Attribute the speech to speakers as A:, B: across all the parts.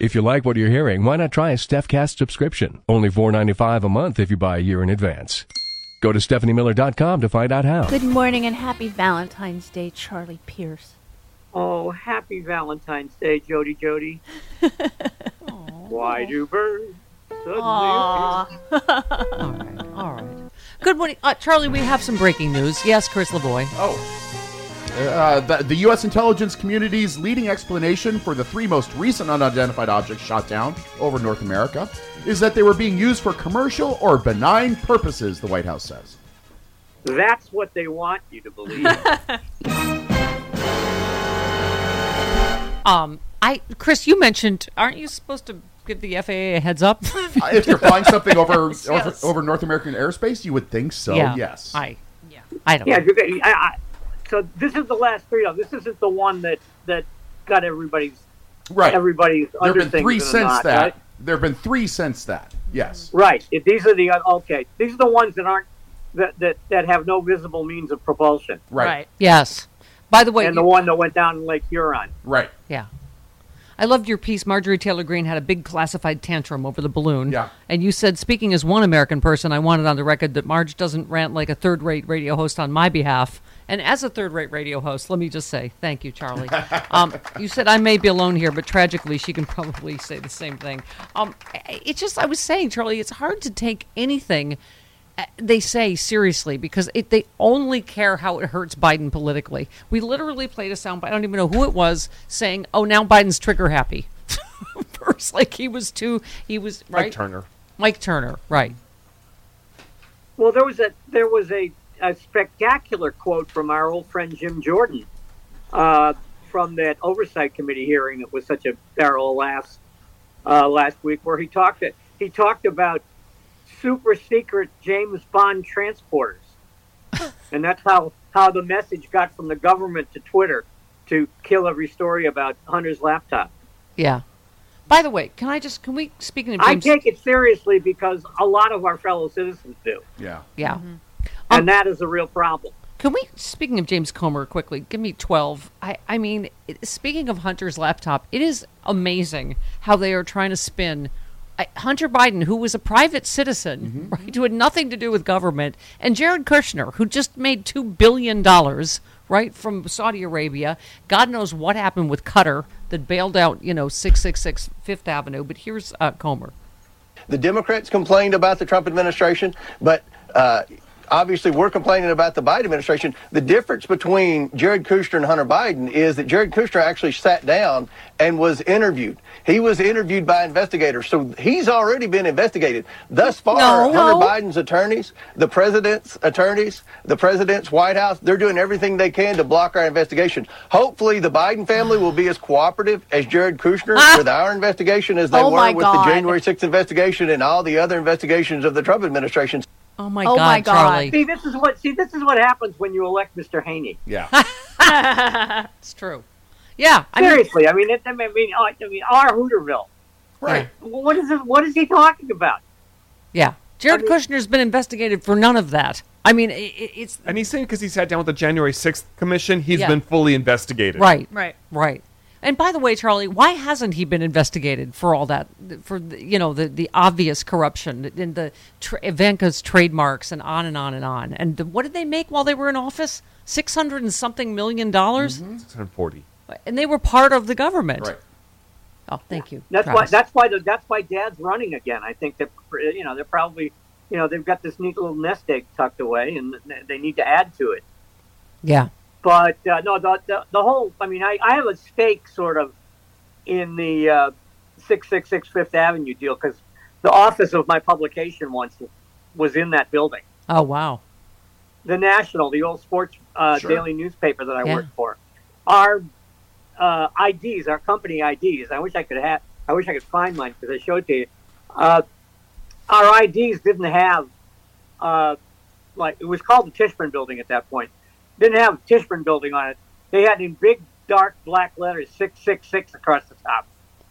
A: If you like what you're hearing, why not try a StephCast subscription? Only $4.95 a month if you buy a year in advance. Go to StephanieMiller.com to find out how.
B: Good morning and happy Valentine's Day, Charlie Pierce.
C: Oh, happy Valentine's Day, Jody Jody. Why do birds suddenly
B: Aw.
C: appear?
B: All right, all right. Good morning, uh, Charlie. We have some breaking news. Yes, Chris LeBoy.
D: Oh. Uh, the, the U.S. intelligence community's leading explanation for the three most recent unidentified objects shot down over North America is that they were being used for commercial or benign purposes, the White House says.
C: That's what they want you to believe.
B: Um, I Chris, you mentioned. Aren't you supposed to give the FAA a heads up?
D: Uh, if you're flying something over,
B: Yes,
D: over
B: yes.
D: over North American airspace, you would think so. yes.
B: I. Yeah. I don't.
C: yeah,
B: know.
C: you're gonna- I, I, so this is the last three. though. This isn't the one that that got everybody's
D: right.
C: everybody's
D: there
C: under
D: have been three
C: things and
D: since
C: not,
D: that.
C: Right?
D: There have been three since that. Yes.
C: Right. If these are the okay. These are the ones that aren't that that, that have no visible means of propulsion,
D: Right.
B: Yes. By the way,
C: and the
B: you-
C: one that went down in Lake Huron.
D: Right.
B: yeah. I loved your piece. Marjorie Taylor Greene had a big classified tantrum over the balloon.
D: Yeah.
B: And you said, speaking as one American person, I wanted on the record that Marge doesn't rant like a third rate radio host on my behalf. And as a third rate radio host, let me just say thank you, Charlie. um, you said, I may be alone here, but tragically, she can probably say the same thing. Um, I- it's just, I was saying, Charlie, it's hard to take anything uh, they say seriously because it, they only care how it hurts Biden politically. We literally played a sound, I don't even know who it was, saying, oh, now Biden's trigger happy. First, like he was too, he was, right?
D: Turner.
B: Mike Turner, right?
C: Well, there was a there was a, a spectacular quote from our old friend Jim Jordan uh, from that oversight committee hearing that was such a barrel last uh, last week, where he talked it. He talked about super secret James Bond transporters, and that's how how the message got from the government to Twitter to kill every story about Hunter's laptop.
B: Yeah. By the way, can I just can we speaking of
C: I
B: James?
C: take it seriously because a lot of our fellow citizens do,
D: Yeah.
B: yeah.
C: and that is a real problem.
B: Can we speaking of James Comer quickly? Give me twelve. I I mean, it- speaking of Hunter's laptop, it is amazing how they are trying to spin. I, Hunter Biden, who was a private citizen, right, who had nothing to do with government, and Jared Kushner, who just made two billion dollars, right, from Saudi Arabia. God knows what happened with Qatar that bailed out, you know, six six six Fifth Avenue. But here's uh, Comer.
E: The Democrats complained about the Trump administration, but uh, obviously we're complaining about the Biden administration. The difference between Jared Kushner and Hunter Biden is that Jared Kushner actually sat down and was interviewed. He was interviewed by investigators, so he's already been investigated. Thus far,
B: No, no.
E: Hunter Biden's attorneys, the president's attorneys, the president's White House, they're doing everything they can to block our investigation. Hopefully, the Biden family will be as cooperative as Jared Kushner with our investigation as they
F: Oh,
E: were
F: my
E: with
F: God.
E: the January 6th investigation and all the other investigations of the Trump administration.
B: Oh my
F: Oh
B: God,
F: my God.
B: Charlie!
C: See, this is what see this is what happens when you elect Mr. Haney.
D: Yeah.
B: It's true. Yeah, I mean,
C: Seriously, I mean, it, I mean, I mean, our Hooterville.
D: right.
C: What is this, What is he talking about?
B: yeah. Jared Kushner's been investigated for none of that. I mean, i i- it's
G: And he's saying because he sat down with the January 6th commission, he's
B: Yeah.
G: been fully investigated.
B: right,
F: Right.
B: right. And by the way, Charlie, why hasn't he been investigated for all that? For the- you know the, the obvious corruption in the tra- Ivanka's trademarks and on and on and on. And the, what did they make while they were in office? Six hundred and something million dollars,
F: 640.
B: and they were part of the government.
D: Right.
B: Oh, thank you.
C: That's why.
B: Travis.
C: That's why. The, that's why Dad's running again. I think that you know they're probably you know they've got this neat little nest egg tucked away, and they need to add to it.
B: yeah.
C: But uh, no, the, the the whole. I mean, I, I have a stake sort of in the uh, six six six Fifth Avenue deal because the office of my publication once was in that building.
B: Oh wow.
C: the National, the old sports uh,
D: Sure.
C: daily newspaper that I
B: Yeah.
C: worked for, our uh, IDs, our company IDs. I wish I could have. I wish I could find mine because I showed it to you. Uh, our IDs didn't have, uh, like it was called the Tishman Building at that point. Didn't have Tishman Building on it. They had in big dark black letters six six six across the top,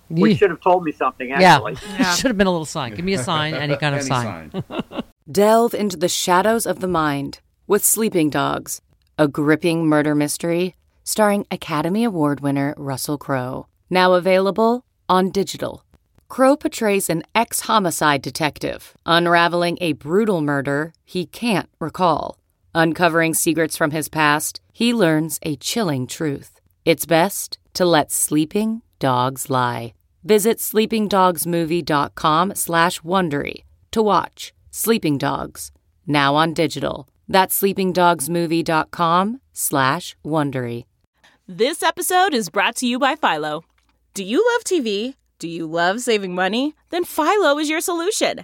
C: which
B: Yeah.
C: should have told me something.
B: Yeah.
C: Actually,
B: Should have been a little sign. Give me a sign, any kind of
D: Any
B: sign.
D: sign.
G: Delve into the shadows of the mind with Sleeping Dogs, a gripping murder mystery starring Academy Award winner Russell Crowe. Now available on digital. Crowe portrays an ex homicide detective unraveling a brutal murder he can't recall. Uncovering secrets from his past, he learns a chilling truth. It's best to let sleeping dogs lie. Visit sleepingdogsmovie.com slash Wondery to watch Sleeping Dogs, now on digital. That's sleepingdogsmovie.com slash Wondery.
H: This episode is brought to you by Philo. Do you love TV? Do you love saving money? Then Philo is your solution.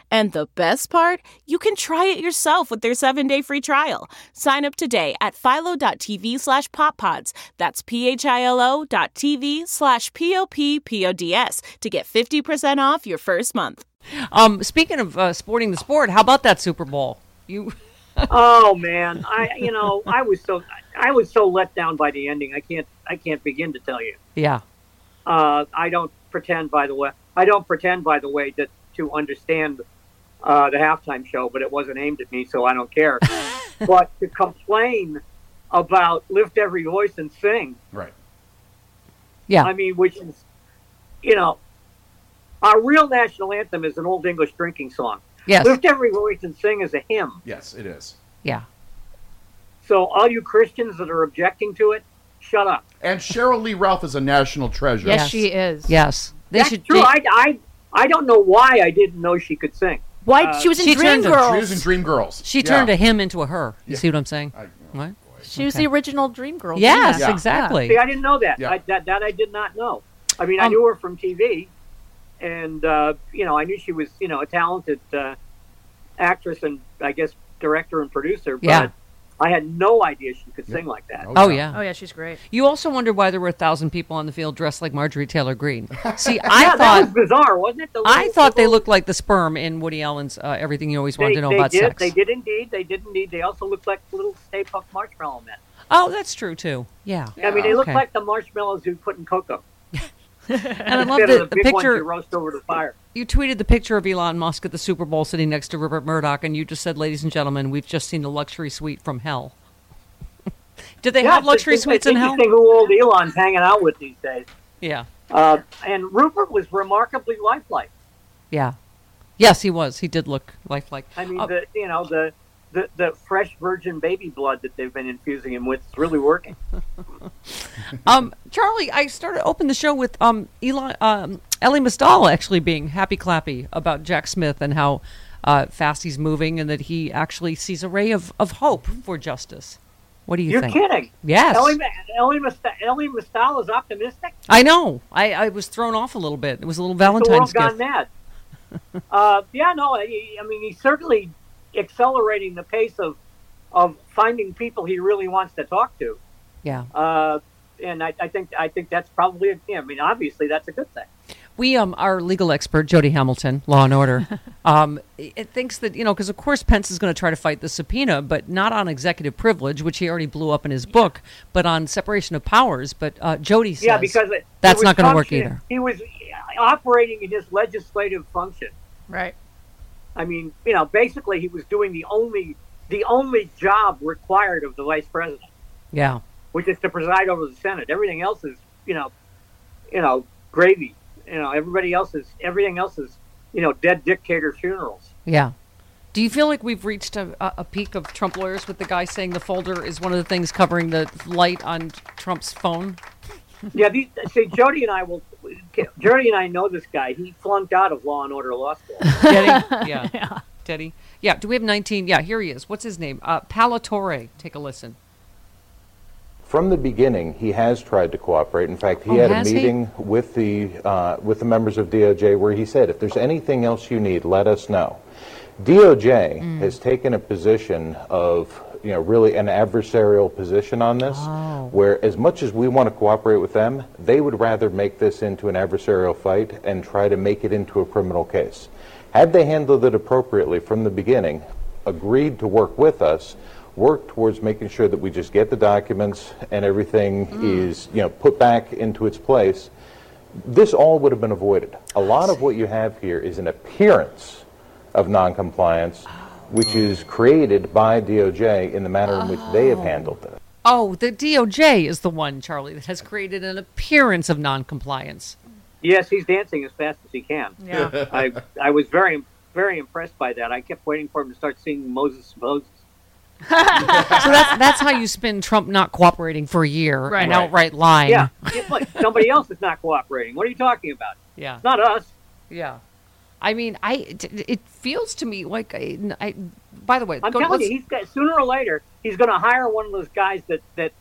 H: And the best part, you can try it yourself with their 7-day free trial. Sign up today at philo.tv slash poppods. That's p-h-i-l-o dot tv slash p-o-p-p-o-d-s to get 50% off your first month.
B: Um, speaking of uh, sporting the sport, how about that Super Bowl? You
C: Oh man, I you know I was so I was so let down by the ending. I can't I can't begin to tell you.
B: yeah.
C: Uh, I don't pretend, by the way. I don't pretend, by the way, that to understand uh, the halftime show, but it wasn't aimed at me, so I don't care. but to complain about lift every voice and sing,
D: Right.
B: Yeah.
C: I mean, which is, you know, our real national anthem is an old English drinking song.
B: yes.
C: Lift every voice and sing is a hymn.
D: Yes, it is.
B: Yeah.
C: So all you Christians that are objecting to it, shut up.
D: And Cheryl Lee Ralph is a national treasure.
B: Yes.
I: she is.
B: Yes. They
C: That's
B: should
C: true.
B: they-
C: I, I, I don't know why I didn't know she could sing.
I: Why she was in
B: she turned to-
D: She was in
I: Dreamgirls.
D: Dreamgirls.
B: she turned
D: yeah.
B: a him into a her. You see what I'm saying?
D: I-
B: What?
I: She was the original Dreamgirl.
B: Yes,
D: Yeah.
B: exactly.
C: See, I didn't know that.
D: Yeah.
C: I, that that I did not know. I mean, I
B: Um,
C: knew her from TV, and uh, you know, I knew she was you know a talented uh, actress and I guess director and producer. But
B: Yeah.
C: I had no idea she could sing like that.
B: Oh yeah.
I: Oh yeah, she's great.
B: You also wonder why there were a thousand people on the field dressed like Marjorie Taylor Greene. See, I
C: Yeah, that was
B: thought
C: bizarre, wasn't it? The
B: I
C: little-
B: thought
C: the
B: they
C: little-
B: looked like the sperm in Woody Allen's uh, Everything You Always Wanted
C: They,
B: to Know
C: they
B: About
C: did.
B: Sex.
C: They did indeed. They did indeed. They also looked like little Stay Puft Marshmallow Men.
B: Oh, that's true too. Yeah.
C: I mean, they looked
B: Okay.
C: like the marshmallows you put in cocoa
B: And I love
C: instead
B: the,
C: of the
B: the
C: big ones you
B: picture.
C: roast over the fire.
B: You tweeted the picture of Elon Musk at the Super Bowl sitting next to Rupert Murdoch, and you just said, "Ladies and gentlemen, we've just seen the luxury suite from hell." Did they
C: Yeah,
B: have
C: it's-
B: luxury
C: it's-
B: suites
C: it's
B: in hell?
C: interesting who old Elon's hanging out with these days.
B: Yeah.
C: Uh, and Rupert was remarkably lifelike.
B: Yeah. Yes, he was. He did look lifelike.
C: I mean,
B: Oh,
C: the you know the, the the fresh virgin baby blood that they've been infusing him with is really working.
B: um, Charlie, I started opened the show with um, Elon, um, Ellie Masdal actually being happy clappy about Jack Smith and how uh, fast he's moving, and that he actually sees a ray of, of hope for justice. What do you
C: You're
B: think?
C: kidding?
B: Yes.
C: Ellie, Ma- Ellie, Mast- Ellie Mastal is optimistic.
B: I know. I, I was thrown off a little bit. It was a little
C: the world
B: Valentine's
C: gone
B: gift.
C: mad. uh, yeah, no, I, I mean he's certainly accelerating the pace of of finding people he really wants to talk to.
B: Yeah.
C: Uh, and I, I think I think that's probably a, yeah, I mean obviously that's a good thing.
B: We, um, our legal expert, Jody Hamilton, Law and Order, um, it it thinks that, you know, because of course Pence is going to try to fight the subpoena, but not on executive privilege, which he already blew up in his book, but on separation of powers. But uh, Jody says
C: yeah, because it,
B: that's
C: it
B: not
C: was
B: going to work
C: functioning-
B: either.
C: He was operating in his legislative function.
I: Right.
C: I mean, you know, basically he was doing the only the only job required of the vice president,
B: Yeah.
C: which is to preside over the Senate. Everything else is, you know, you know, gravy. You know, everybody else is everything else is, you know, dead dictator funerals.
B: Yeah. Do you feel like we've reached a, a a peak of Trump lawyers with the guy saying the folder is one of the things covering the light on Trump's phone?
C: Yeah, these, see, Jody and I will. Jody and I know this guy. He flunked out of Law and Order Law School.
B: Teddy? Yeah. Teddy? Yeah. Do we have 19? Yeah, here he is. What's his name? Uh, Palatore. Take a listen.
F: From the beginning, he has tried to cooperate. In fact, he
B: Oh,
F: had a
B: has he?
F: meeting with the uh, with the members of DOJ where he said, "If there's anything else you need, let us know." DOJ
B: Mm.
F: has taken a position of you know really an adversarial position on this,
B: Oh.
F: where as much as we want to cooperate with them, they would rather make this into an adversarial fight and try to make it into a criminal case. Had they handled it appropriately from the beginning, agreed to work with us, work towards making sure that we just get the documents and everything
H: Mm.
F: is, you know, put back into its place, this all would have been avoided. A lot of what you have here is an appearance of noncompliance, which is created by DOJ in the manner in which they have handled this.
B: Oh, the DOJ is the one, Charlie, that has created an appearance of noncompliance.
C: Yes, he's dancing as fast as he can.
I: Yeah.
C: I I was very very impressed by that. I kept waiting for him to start singing Moses Moses.
B: So that's, that's how you spin Trump not cooperating for a year,
I: Right.
B: an
I: Right.
B: outright lying.
C: Yeah, yeah, look, somebody else is not cooperating. What are you talking about?
B: Yeah.
C: It's not us.
B: Yeah. I mean, I it, it feels to me like I, I- by the way,
C: I'm
B: go-
C: telling
B: let's-
C: you, he's got sooner or later he's going to hire one of those guys that that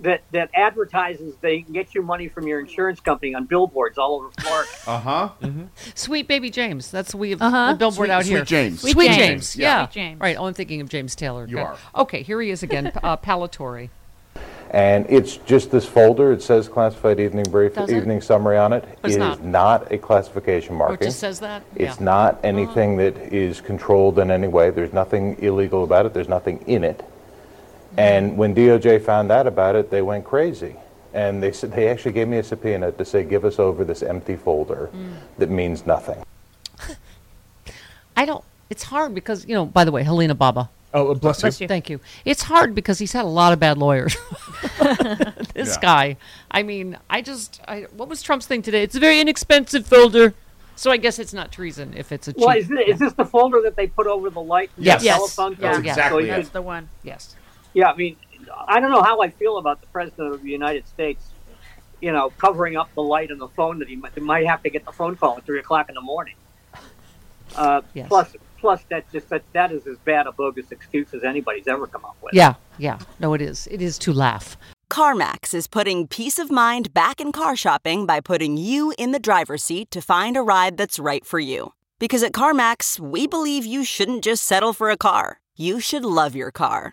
C: that that advertises they can get you money from your insurance company on billboards all over Florida.
D: Uh huh.
B: Sweet Baby James. That's we have
I: Uh-huh.
B: the billboard
D: Sweet-
B: out
D: Sweet
B: here.
D: James.
B: Sweet,
I: Sweet
B: James.
I: James.
B: Yeah.
I: Sweet James.
B: Right. Oh, I'm thinking of James Taylor.
D: You
B: Okay.
D: are.
B: Okay. Here he is again. uh, Palatore.
F: And it's just this folder. It says classified evening brief,
I: Does it?
F: evening summary on it.
B: But it's
F: It
B: not.
F: is not a
B: Or
F: classification
B: it
F: marking.
B: just says that.
F: It's
B: yeah.
F: not anything that is controlled in any way. There's nothing illegal about it. There's nothing in it. And when DOJ found out about it, they went crazy. And they said they actually gave me a subpoena to say, give us over this empty folder that means nothing.
B: I don't. It's hard because you know. By the way, Helena Baba.
J: Oh, bless you.
I: Bless you.
B: Thank you. It's hard because he's had a lot of bad lawyers. this
D: Yeah.
B: guy. I mean, I just. I, what was Trump's thing today? It's a very inexpensive folder. So I guess it's not treason if it's a cheap.
C: Well, is this, is this the folder that they put over the light? and
B: Yes.
C: the
B: Yes.
C: Telephone
D: That's
C: code?
B: Oh,
D: exactly
C: So you
D: it.
C: could-
I: That's the one.
B: yes.
C: Yeah, I mean, I don't know how I feel about the president of the United States, you know, covering up the light on the phone that he might, might have to get the phone call at three o'clock in the morning. Uh,
B: Yes.
C: Plus, plus that just that that is as bad a bogus excuse as anybody's ever come up with.
B: Yeah. Yeah. No, it is. It is to laugh.
K: CarMax is putting peace of mind back in car shopping by putting you in the driver's seat to find a ride that's right for you. Because at CarMax, we believe you shouldn't just settle for a car, you should love your car.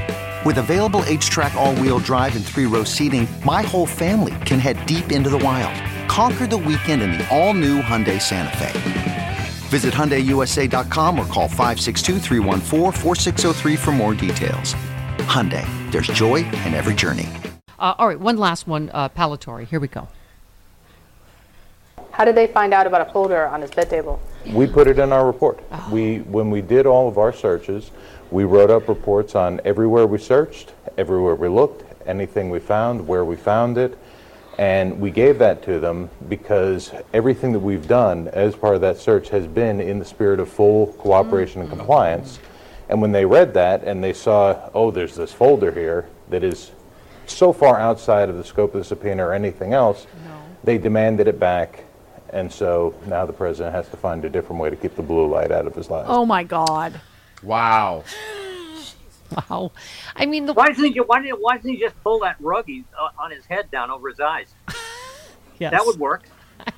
L: With available H track, all wheel drive, and three row seating, my whole family can head deep into the wild. Conquer the weekend in the all new Hyundai Santa Fe. Visit HyundaiUSA.com or call 562-314-4603 for more details. Hyundai, there's joy in every journey.
B: Uh, all right, one last one, uh, Palatory. Here we go.
K: How did they find out about a folder on his bed table?
F: We put it in our report. We, when we did all of our searches, we wrote up reports on everywhere we searched, everywhere we looked, anything we found, where we found it, and we gave that to them because everything that we've done as part of that search has been in the spirit of full cooperation and compliance. And when they read that and they saw, oh, there's this folder here that is so far outside of the scope of the subpoena or anything else, they demanded it back And so now the president has to find a different way to keep the blue light out of his life.
I: Oh my God.
F: Wow.
B: Wow. I mean, the
C: why doesn't he, why didn't, why doesn't he just pull that rug he's, uh, on his head down over his eyes?
B: Yes.
C: That would work.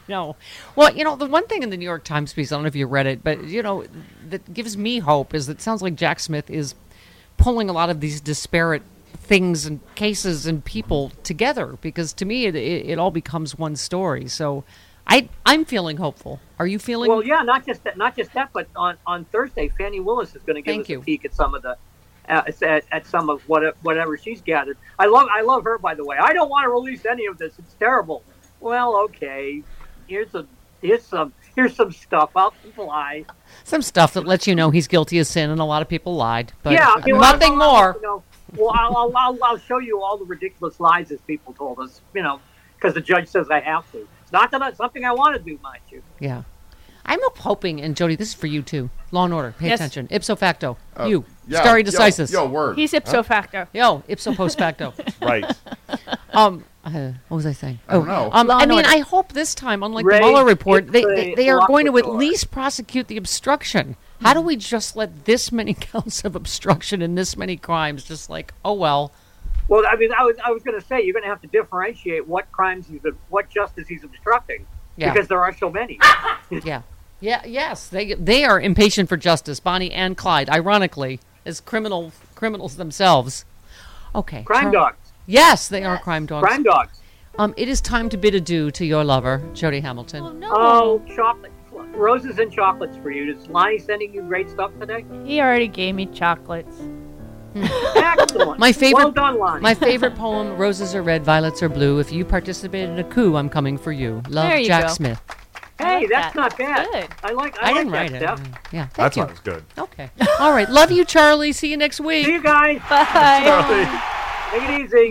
B: No. Well, you know, the one thing in the New York Times piece, I don't know if you read it, but, you know, that gives me hope is that it sounds like Jack Smith is pulling a lot of these disparate things and cases and people together because to me it, it, it all becomes one story. So I, I'm feeling hopeful. Are you feeling?
C: Well, yeah, not just that, not just that, but on, on Thursday, Fannie Willis is going to give us a peek at some of the uh, at, at some of what, whatever she's gathered. I love I love her by the way. I don't want to release any of this. It's terrible. Well, okay. Here's a here's some here's some stuff. I'll lie.
B: Some stuff that lets you know he's guilty of sin and a lot of people lied, but
C: yeah, okay, well,
B: nothing
C: I'll- I'll-
B: more.
C: You know, well, I'll, I'll, I'll, I'll show you all the ridiculous lies these people told us. You know, because the judge says I have to. It's not that it's something I want to do, mind you.
B: Yeah. I'm hoping, and Jody, this is for you too. Law and order. Pay
I: Yes.
B: attention. Ipso facto.
I: Oh,
B: you.
I: yeah,
B: Stare
I: yo,
B: decisis.
I: yo, word. He's ipso Huh? facto.
B: Yo, ipso post facto.
I: Right.
B: Um, uh, what was I saying?
I: I don't know.
B: Um,
I: Law
B: I
I: and
B: mean,
I: order.
B: I hope this time, unlike
I: Ray,
B: the Mueller report,
I: it's
B: they,
I: a
B: they, they are going to at
I: lockjaw.
B: least prosecute the obstruction. How do we just let this many counts of obstruction and this many crimes just like, oh, well,
C: Well, I mean, I was I was going to say you're going to have to differentiate what crimes he's what justice he's obstructing
B: Yeah. Ah,
C: because there are so many.
B: yeah. Yeah, yes, they they are impatient for justice, Bonnie and Clyde, ironically, as criminal criminals themselves. Okay.
C: Crime dogs.
B: Yes, they are crime dogs.
C: Crime dogs.
B: Um, it is time to bid adieu to your lover, Jody Hamilton.
C: Oh, chocolate roses and chocolates for you. Is Lonnie sending you great stuff today?
I: He already gave me chocolates.
C: Excellent.
B: My favorite,
C: Well done, Lonnie.
B: my favorite poem: "Roses are red, violets are blue." If you participated in a coup, I'm coming for you. Love,
C: There you
B: Jack
C: go.
B: Smith.
C: Hey,
I: like that.
C: that's not bad. I like. I,
B: I
C: like
B: didn't
C: that
B: write it.
C: stuff.
B: Yeah, thank
J: That's
B: you.
J: why it's good.
B: Okay. All right. Love you, Charlie. See you next week. See
C: you guys.
I: Bye.
C: Make it easy.